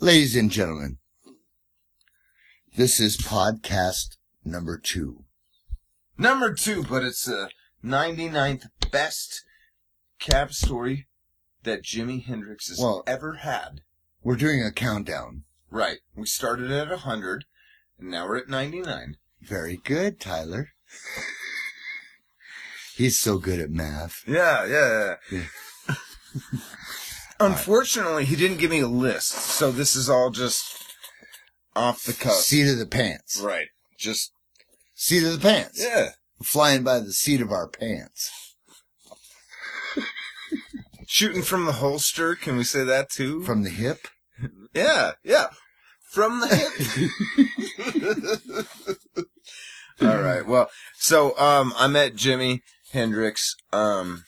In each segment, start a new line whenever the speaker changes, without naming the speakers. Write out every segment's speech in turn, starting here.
Ladies and gentlemen, this is podcast number two.
Number two, but it's the 99th best cab story that Jimi Hendrix has
Well-
ever had.
We're doing a countdown.
Right. We started at 100, and now we're at 99.
Very good, Tyler. He's so good at math.
Yeah, yeah,
Yeah.
Unfortunately, he didn't give me a list, so this is all just off the cuff.
Seat of the pants.
right. Just,
Seat of the pants.
yeah.
Flying by the seat of our pants.
Shooting from the holster, can we say that too?
From the hip.
Yeah, yeah. From the hip. All right. Well, so um, I met Jimi Hendrix um,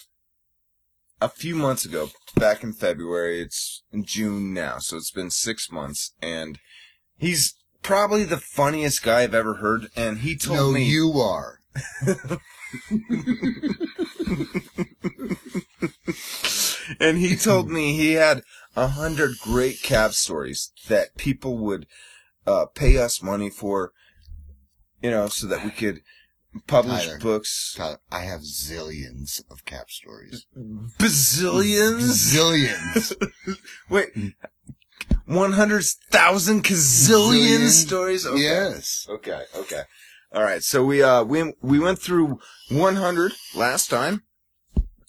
a few months ago, back in February. It's June now, so it's been six months, and he's probably the funniest guy I've ever heard. And he told
no,
me
you are.
and he told me he had a hundred great cab stories that people would uh, pay us money for, you know, so that we could publish
Tyler.
books.
Tyler, I have zillions of cap stories.
Bazillions?
Zillions.
Wait,
Zillion?
100,000 gazillion stories? Okay.
Yes.
Okay, okay. All right, so we uh we we went through 100 last time,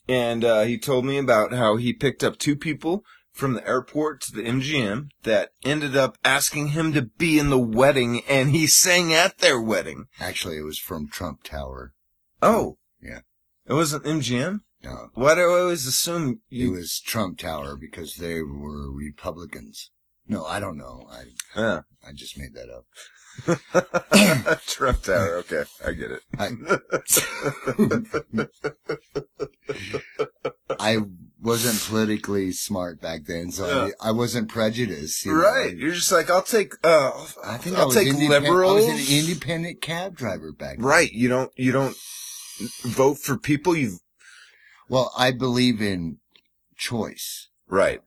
and uh, he told me about how he picked up two people from the airport to the MGM that ended up asking him to be in the wedding, and he sang at their wedding.
Actually, it was from Trump Tower.
Oh,
Yeah.
it wasn't MGM.
No,
Why do I always assume
it
you?
was Trump Tower because they were Republicans. No, I don't know. I
Uh,
I just made that up.
Trump Tower. Okay, I get it.
I wasn't politically smart back then, so
Yeah.
I, I wasn't prejudiced. you know.
right, you're just like I'll take. Uh,
I, I think
I'll
I was
take
indepen-
liberals.
I was an independent cab driver back then.
Right. You don't, you don't vote for people you,
Well, I believe in choice.
right.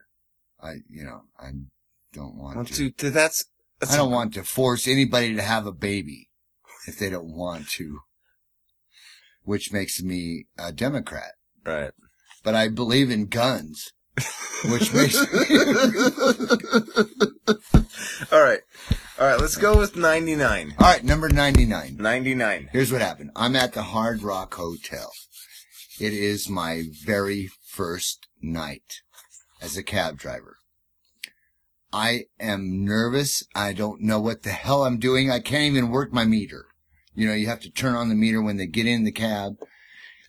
I, you know, I don't want
One,
to.
two, three, that's, that's,
I don't want to force anybody to have a baby if they don't want to, which makes me a Democrat.
right.
But I believe in guns, which makes
All right. All right. Let's go with 99.
All right, number 99.
99.
Here's what happened. I'm at the Hard Rock Hotel. It is my very first night as a cab driver. I am nervous. I don't know what the hell I'm doing. I can't even work my meter. You know, you have to turn on the meter when they get in the cab.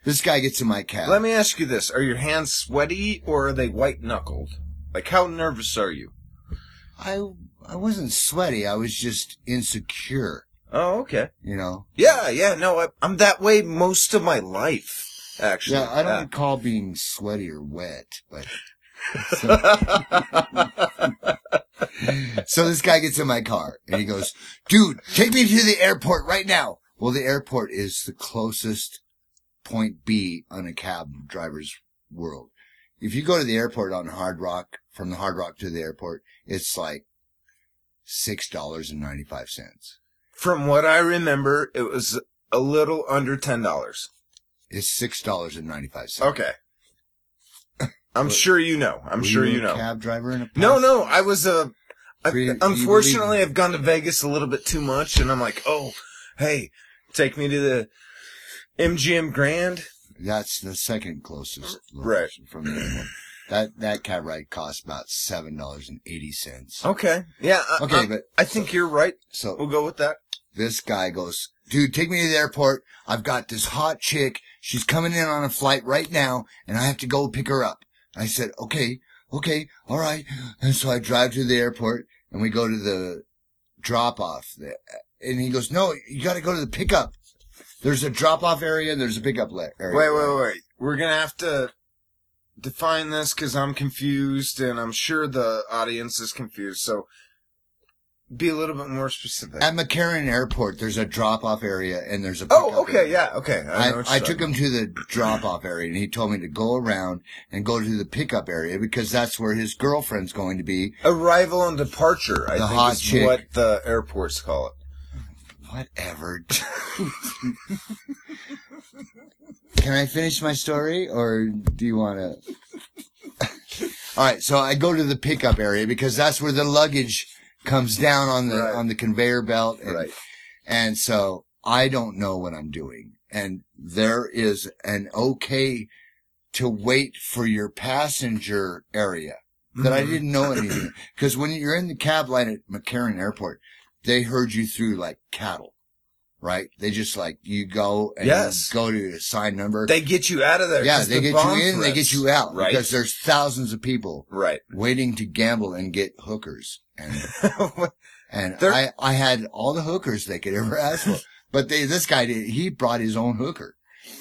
This guy gets in my cab.
Let me ask you this. Are your hands sweaty or are they white knuckled? Like how nervous are you?
I, I wasn't sweaty. I was just insecure,
Oh, okay.
you know?
Yeah. Yeah. No, I, I'm that way most of my life. Actually, Uh,
Yeah, I don't recall being sweaty or wet, but so this guy gets in my car and he goes, dude, take me to the airport right now. Well, the airport is the closest point B on a cab driver's world. If you go to the airport on Hard Rock, from the Hard Rock to the airport, it's like $6.95.
From what I remember, it was a little under ten dollars.
It's $6.95.
Okay. I'm
What-
sure you know. I'm
Were
sure
a
you know.
Cab driver in a
No, no, I was uh, I-
Were you- you
unfortunately,
believe-
I've gone to Vegas a little bit too much, and I'm like, oh, hey, take me to the MGM Grand.
That's the second closest
Right.
location from the airport. That that cab ride costs about seven dollars and eighty cents.
Okay. Yeah. I,
Okay,
I-
but-
I think you're right.
So
We'll go with that.
this guy goes, dude, take me to the airport. I've got this hot chick. She's coming in on a flight right now, and I have to go pick her up. I said, okay, okay, all right. And so I drive to the airport, and we go to the drop off. And he goes, no, you got to go to the pickup. There's a drop off area, and there's a pickup le- area.
Wait, wait, wait. We're gonna have to define this because I'm confused, and I'm sure the audience is confused. So, Be a little bit more specific.
At McCarran Airport, there's a drop off area and there's a. pickup
oh, okay,
area.
yeah, okay. know
I,
what you're
I took
talking
him to the drop off area and he told me to go around and go to the pickup area because that's where his girlfriend's going to be.
about. arrival and departure. I
The
think
hot
is
chick.
what the airports call it.
Whatever. Can I finish my story or do you want to? All right. So I go to the pickup area because that's where the luggage comes down on the,
Right.
on the conveyor belt. and-
Right.
And so I don't know what I'm doing. And there is an okay to wait for your passenger area that I
Mhm.
didn't know anything. Cause when you're in the cab line at McCarran Airport, they herd you through like cattle, right? They just like, you go and you
Yes.
go to a sign number.
They get you out of there.
yeah,
'cause
they
the
get
bomb
you in, they get
threats.
you out
Right.
because there's thousands of people
right.
waiting to gamble and get hookers. And and
They're-
I, I had all the hookers they could ever ask for. But they, this guy did, he brought his own hooker.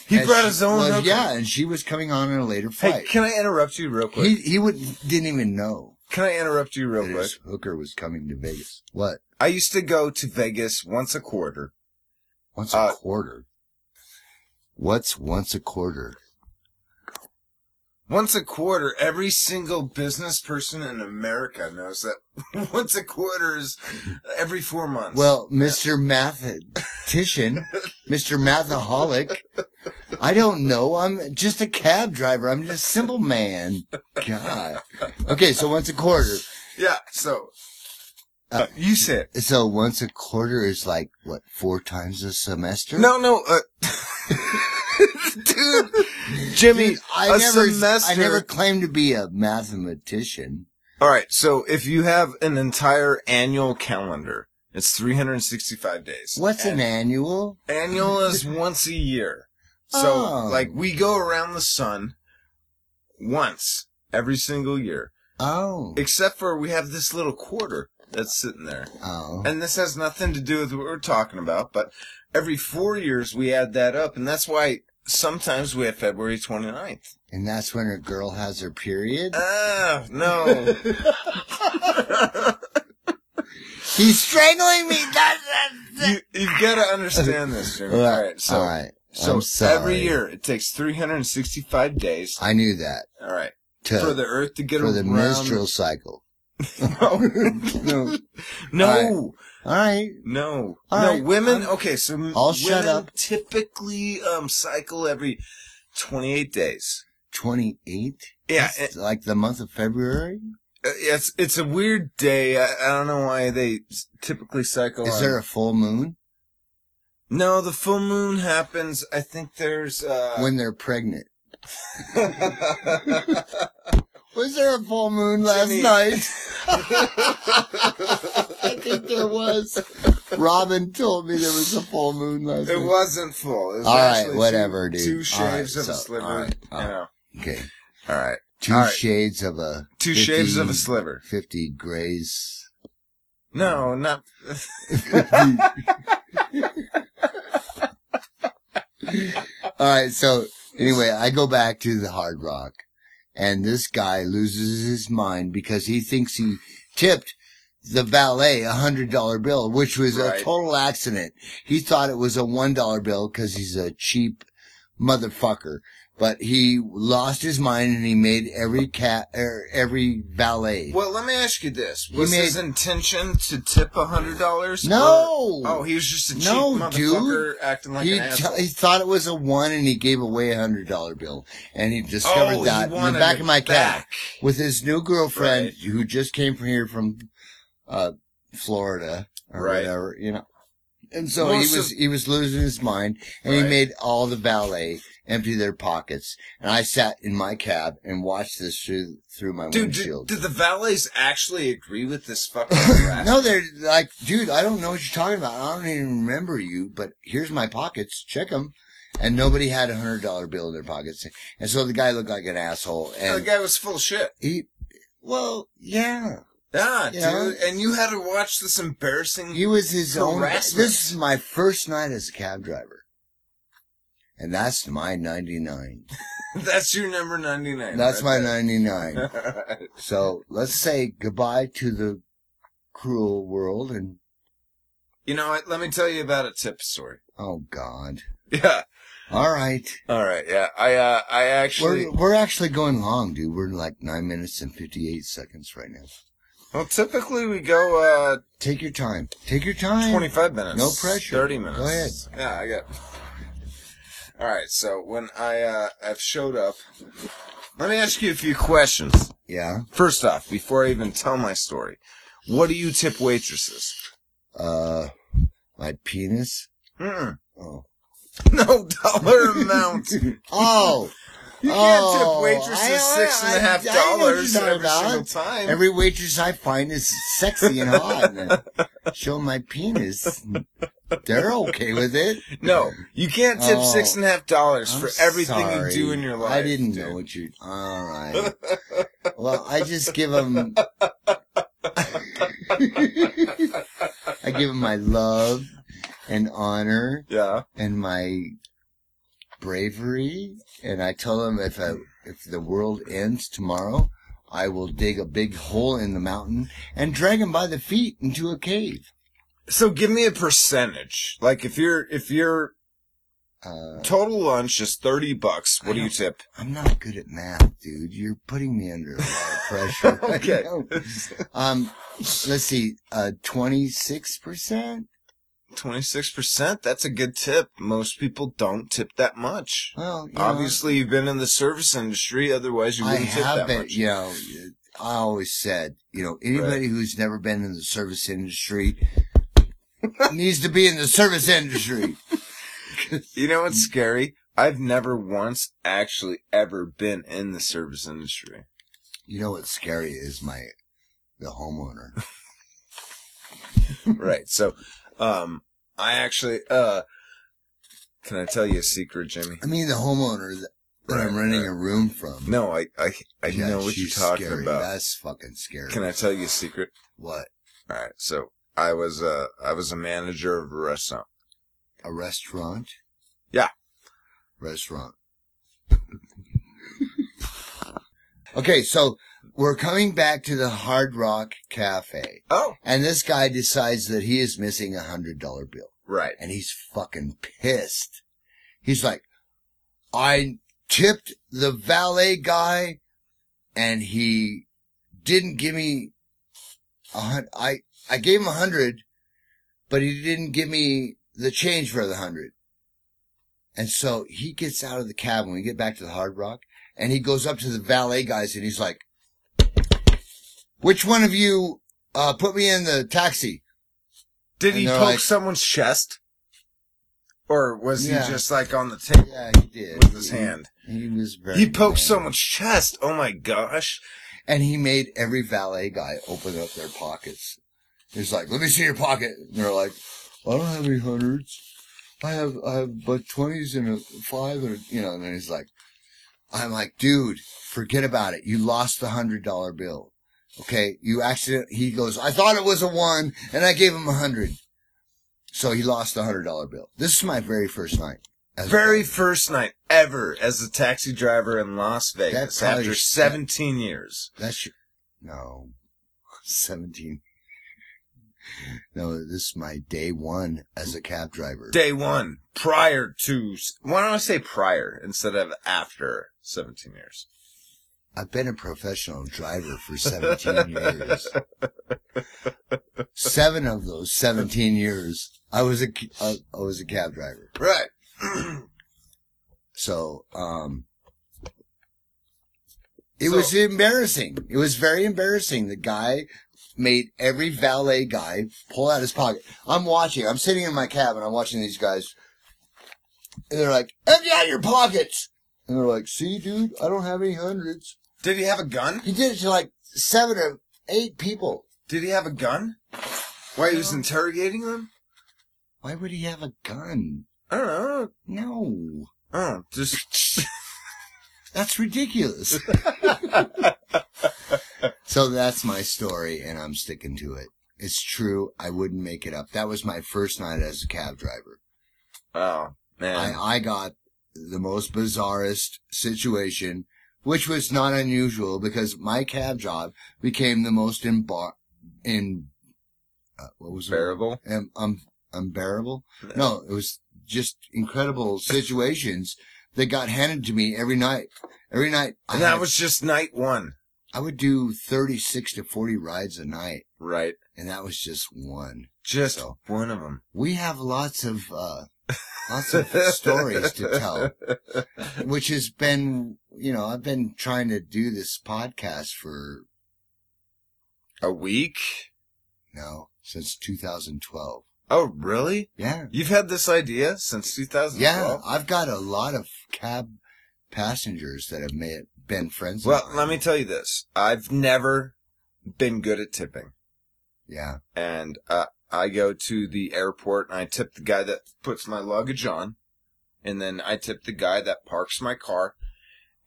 he
And
brought
she
his own.
was-
hooker.
Yeah, and she was coming on in a later
Hey,
flight.
can I interrupt you real quick?
he, he would, didn't even know
can I interrupt you real
that
quick?
his hooker was coming to Vegas. What?
I used to go to Vegas once a quarter.
Once a
Uh,
quarter? What's once a quarter?
Once a quarter, every single business person in America knows that once a quarter is every four months.
Well, Mr. Mathematician, Mr. Mathaholic, I don't know. I'm just a cab driver. I'm just a simple man. God. Okay, so once a quarter.
yeah. So
Uh,
you said
So once a quarter is like what four times a semester?
no, no, uh, dude, Jimmy.
Dude, I
a
never,
semester-
I never claimed to be a mathematician.
All right. So if you have an entire annual calendar, it's 365 days.
What's an annual?
Annual is once a year. So,
Oh.
like, we go around the sun once every single year,
Oh,
except for we have this little quarter that's sitting there.
oh,
And this has nothing to do with what we're talking about, but every four years we add that up, and that's why sometimes we have February 29th.
and that's when a girl has her period.
Ah, no.
He's strangling me. That's, that's,
you, you've got to understand this, Jimmy. All right. So,
all right.
so
I'm sorry.
every year it takes 365 days.
I knew that
All right.
to,
for the earth to get
for
around.
the menstrual cycle.
no, no,
All right.
no,
All
no.
right,
Women.
I'm-
okay, so m-
I'll
women
shut up.
typically um cycle every twenty eight days.
Twenty-eight.
Yeah,
It's like the month of February.
it- it's it's a weird day. I, I don't know why they s- typically cycle.
Is
on-
there a full moon
no? The full moon happens. I think there's uh.
when they're pregnant? Was there a full moon last
Jimmy.
night? I think there was. Robin told me there was a full moon last
It
night.
wasn't full. It was
All right,
actually two-
whatever, dude.
Two
All
shaves
right,
of a
so-
sliver.
all right, all
you
right.
know.
Okay.
All right.
Two
All right.
shades of a.
Two
50
shaves of a sliver.
50 grays.
No, not.
All right, so anyway, I go back to the Hard Rock, and this guy loses his mind because he thinks he tipped the valet a hundred dollar bill, which was
Right.
a total accident. He thought it was a one dollar bill because he's a cheap motherfucker, but he lost his mind and he made every cat er, every valet.
Well, let me ask you this:
He
Was
made-
his intention to tip a hundred dollars?
No!
oh, he was just a cheap
No,
motherfucker
dude.
acting like
he,
an
t-
asshole.
he thought it was a one and he gave away a hundred dollar bill and he discovered
oh,
that
he
in
wanted
the back
it
of my cab
back.
with his new girlfriend
Right.
who just came from here from uh Florida or
Right.
whatever, you know. And so
Most
he was
of-
he was losing his mind and he
Right.
made all the valet empty their pockets and I sat in my cab and watched this through through my
Dude, did,
windshield.
did the valets actually agree with this fucking crap?
no, they're like, dude, I don't know what you're talking about. I don't even remember you, but here's my pockets. Check them. And nobody had a hundred dollar bill in their pockets. And so the guy looked like an asshole.
the
And
guy was full of shit.
he, well, yeah,
Yeah,
Yeah.
dude. And you had to watch this embarrassing.
he was his own.
Harassment.
This is my first night as a cab driver. And that's my 99.
That's your number ninety nine.
That's my 99.
nine.
So let's say goodbye to the cruel world and
You know what? Let me tell you about a tip story.
oh god.
Yeah.
All right.
All right. Yeah. I uh, I actually.
We're we're actually going long, dude. We're like 9 minutes and 58 seconds right now.
Well, typically we go
Take your time. Take your
uh,
time.
25 minutes.
No pressure.
30 minutes.
Go ahead.
Yeah, I got. All right. So when I uh, I've showed up, let me ask you a few questions.
Yeah.
First off, before I even tell my story, what do you tip waitresses?
Uh my penis.
Mm-mm.
Oh.
No dollar amount.
Oh.
You can't
Oh,
tip waitresses
I-
six and
I-
a half
I know what you're
dollars
talking
every
about.
single time.
Every waitress I find is sexy and hot. And show 'em my penis. They're okay with it.
no, you can't tip
Oh,
six and a half dollars
I'm
for everything
sorry.
you do in your life.
I didn't
dude.
know what you. All right. well, I just give them. I give them my love and honor
Yeah.
and my bravery, and I tell them if I, if the world ends tomorrow. I will dig a big hole in the mountain and drag him by the feet into a cave.
So give me a percentage. Like if your if your
Uh,
total lunch is thirty bucks, what do you tip?
I'm not good at math, dude. You're putting me under a lot of pressure. right
Okay.
now. Um, let's see, uh, 26%?
Twenty six percent. That's a good tip. Most people don't tip that much.
Well, you know,
Obviously, you've been in the service industry. Otherwise, you
I
wouldn't tip that
haven't,
much.
you know, I always said, you know, anybody who's never been in the service industry needs to be in the service industry.
You know what's scary? I've never once actually ever been in the service industry.
You know what's scary is my, the homeowner.
right. So, um, I actually, uh, can I tell you a secret, Jimmy?
I mean, the homeowner that, that I'm
Right,
renting
right.
a room from.
No, I, I, I
Yeah,
know what you're
she's
talking
scary.
about.
That's fucking scary.
Can I tell you a secret?
what?
All right. So I was, uh, I was a manager of a restaurant.
A restaurant?
Yeah.
Restaurant. okay, so we're coming back to the Hard Rock Cafe.
Oh,
And this guy decides that he is missing a hundred dollar bill.
right.
And he's fucking pissed. He's like, I tipped the valet guy and he didn't give me a hun- I, I gave him a hundred, but he didn't give me the change for the hundred. And so he gets out of the cab when we get back to the hard rock and he goes up to the valet guys and he's like, which one of you, uh, put me in the taxi?
Did
And
he
they're
poke
like-
someone's chest? Or was
Yeah.
he just like on the table
Yeah, he did.
with his hand?
He was very.
He poked
mad.
someone's chest. Oh my gosh.
And he made every valet guy open up their pockets. He's like, let me see your pocket. And they're like, I don't have any hundreds. I have, I have but twenties and a five and, a-" you know, and then he's like, I'm like, dude, forget about it. You lost the hundred dollar bill. Okay. You accident, he goes, I thought it was a one and I gave him a hundred. So he lost the hundred dollar bill. This is my very first night. as a
Very
valet.
first night ever as a taxi driver in Las Vegas
That probably-
after 17 years.
That's your, no, 17. No, this is my day one as a cab driver.
Day one, prior to, why don't I say prior instead of after 17 years?
I've been a professional driver for 17 years. Seven of those 17 years, I was a, ca- I I was a cab driver.
Right.
So, um, it
So-
was embarrassing. It was very embarrassing. The guy made every valet guy pull out his pocket. I'm watching. I'm sitting in my cab and I'm watching these guys. And they're like, empty out your pockets. And they're like, see, dude, I don't have any hundreds.
Did he have a gun?
He did it to like seven or eight people.
Did he have a gun? Why he was interrogating them?
Why would he have a gun?
I don't know.
No.
Oh, just
That's ridiculous. so that's my story, and I'm sticking to it. It's true. I wouldn't make it up. That was my first night as a cab driver.
oh man.
I, I got the most bizarrest situation, which was not unusual because my cab job became the most embar- in uh, what was it?
Bearable.
Um, um, unbearable. No, it was just incredible situations that got handed to me every night. Every night, I,
And that
had-
was just night one,
I would do 36 to 40 rides a night,
right?
and that was just one.
Just
So-
one of them.
We have lots of, uh, lots of stories to tell, which has been, you know, I've been trying to do this podcast for,
A week?
no, since 2012.
Oh, really?
Yeah.
You've had this idea since 2012?
Yeah, I've got a lot of cab passengers that have made, been friends. of
Well,
mine.
let me tell you this. I've never been good at tipping.
Yeah,
And uh, I go to the airport and I tip the guy that puts my luggage on. And then I tip the guy that parks my car.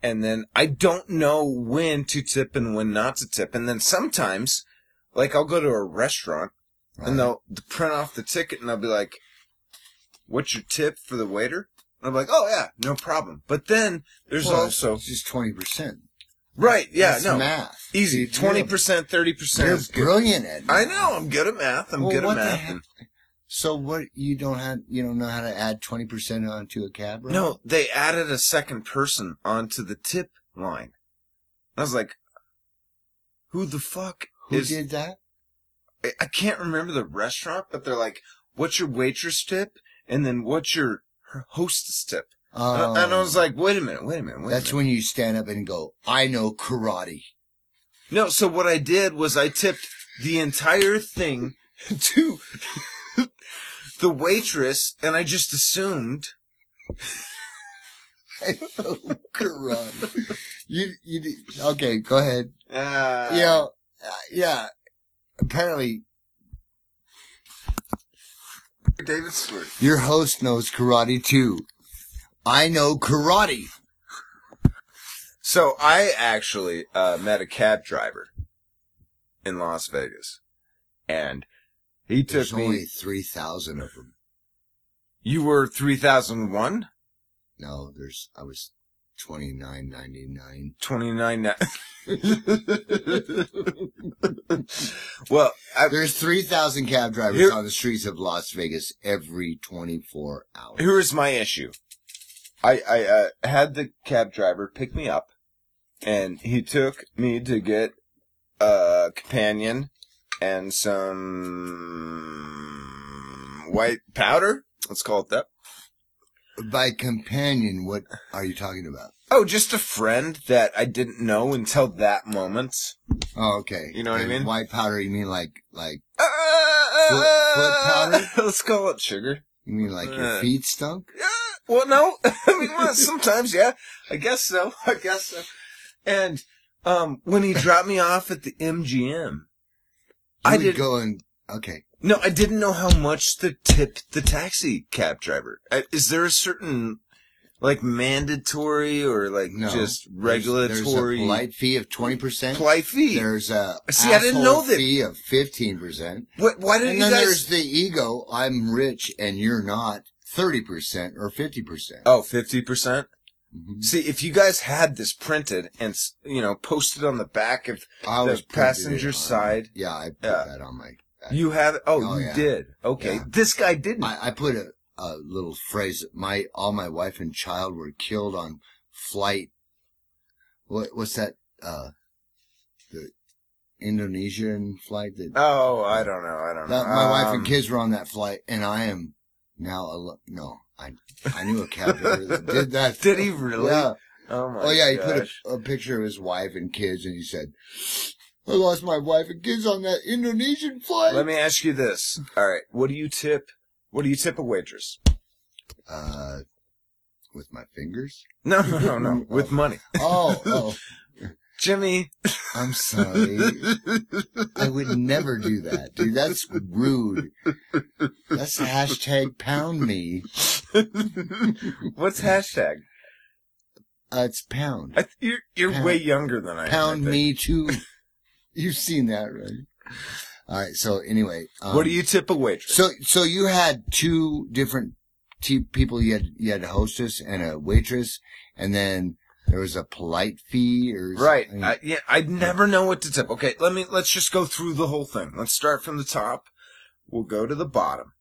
And then I don't know when to tip and when not to tip. And then sometimes, like I'll go to a restaurant and
right.
they'll print off the ticket and they'll be like, what's your tip for the waiter? And I'm like, oh yeah, no problem. But then there's
Well,
also,
it's just twenty percent.
right, yeah, no.
math.
Easy.
You're-
Twenty percent, thirty percent
You're
is good.
brilliant at.
I
math.
know. I'm good at math. I'm
Well,
good
what
at
the
math.
heck?
And-
So what? You don't have? You don't know how to add twenty percent onto a cab? Right?
no, they added a second person onto the tip line. I was like, who the fuck
Who
is?
did that?
I- I can't remember the restaurant, but they're like, what's your waitress tip, and then what's your hostess tip?
Um,
And I- and I was like, wait a minute, wait a minute, wait a
that's
minute.
when you stand up and go, "I know karate."
No, so what I did was I tipped the entire thing to the waitress, and I just assumed
I know Oh, karate. you, you. did- Okay, go ahead.
Uh,
you know, uh, yeah. Apparently,
David Stewart.
your host knows karate too. I know karate.
So I actually uh, met a cab driver in Las Vegas, and he took
There's
me.
only three thousand of them.
you were three thousand one
No, there's. I was twenty nine ninety nine.
twenty nine. well, I,
There's three thousand cab drivers
Here-
on the streets of Las Vegas every twenty four hours.
here's my issue. I I uh, had the cab driver pick me up, and he took me to get a companion and some white powder. Let's call it that.
By companion, what are you talking about?
Oh, just a friend that I didn't know until that moment.
Oh, okay.
You know what I
And
mean?
White powder? You mean like like
Foot,
powder?
Let's call it sugar.
you mean like your
Uh.
feet stunk?
Yeah, well, no. I mean, well, sometimes, yeah. I guess so. I guess so. And um, when he dropped me off at the MGM,
You
I
would
did-
go and okay.
no, I didn't know how much to tip the taxi cab driver. Uh, Is there a certain like mandatory or like
No,
just
There's-
regulatory
There's a polite fee of twenty percent.
polite fee?
There's a
See, I didn't
asshole
know that.
fee of fifteen percent,
What, why didn't
and
you
then
guys?
there's the ego. I'm rich and you're not. Thirty percent or fifty percent.
Oh, 50%?
Mm-hmm.
See, if you guys had this printed and, s- you know, posted on the back of,
I
the
was
passenger side.
Yeah, I put
Yeah.
that on my.
you have, oh,
Oh,
you
yeah.
did. Okay.
Yeah.
This guy didn't.
I, I put a, a little phrase. that My all my wife and child were killed on flight. What what's that? Uh, the Indonesian flight that
oh, I don't know. I don't know.
That, my wife
Um,
and kids were on that flight, and I am now a lo- no. I I knew a cab driver that did that.
Did he really?
Yeah.
Oh my
oh yeah, he
gosh.
put a, a picture of his wife and kids, and he said, "I lost my wife and kids on that Indonesian flight."
Let me ask you this. All right. What do you tip? What do you tip a waitress?
uh, with my fingers.
No, no, no, no. With money.
Oh, oh,
Jimmy.
I'm sorry. I would never do that, dude. That's rude. That's hashtag pound me.
What's hashtag?
Uh, it's pound.
I, th- you're you're
Pound-
way younger than I am. I
Pound
think.
me too. You've seen that, right? All right. So anyway, um,
What do you tip a waitress?
So so you had two different te- people. You had you had a hostess and a waitress, and then there was a polite fee or
Right.
something.
I, yeah, I never know what to tip. Okay, let me let's just go through the whole thing. Let's start from the top. will go to the bottom.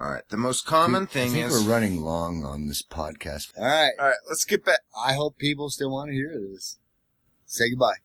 All right. The most common thing
I think
is.
we're running long on this podcast.
All right.
All right. Let's get back.
I hope people still want to hear this. Say goodbye.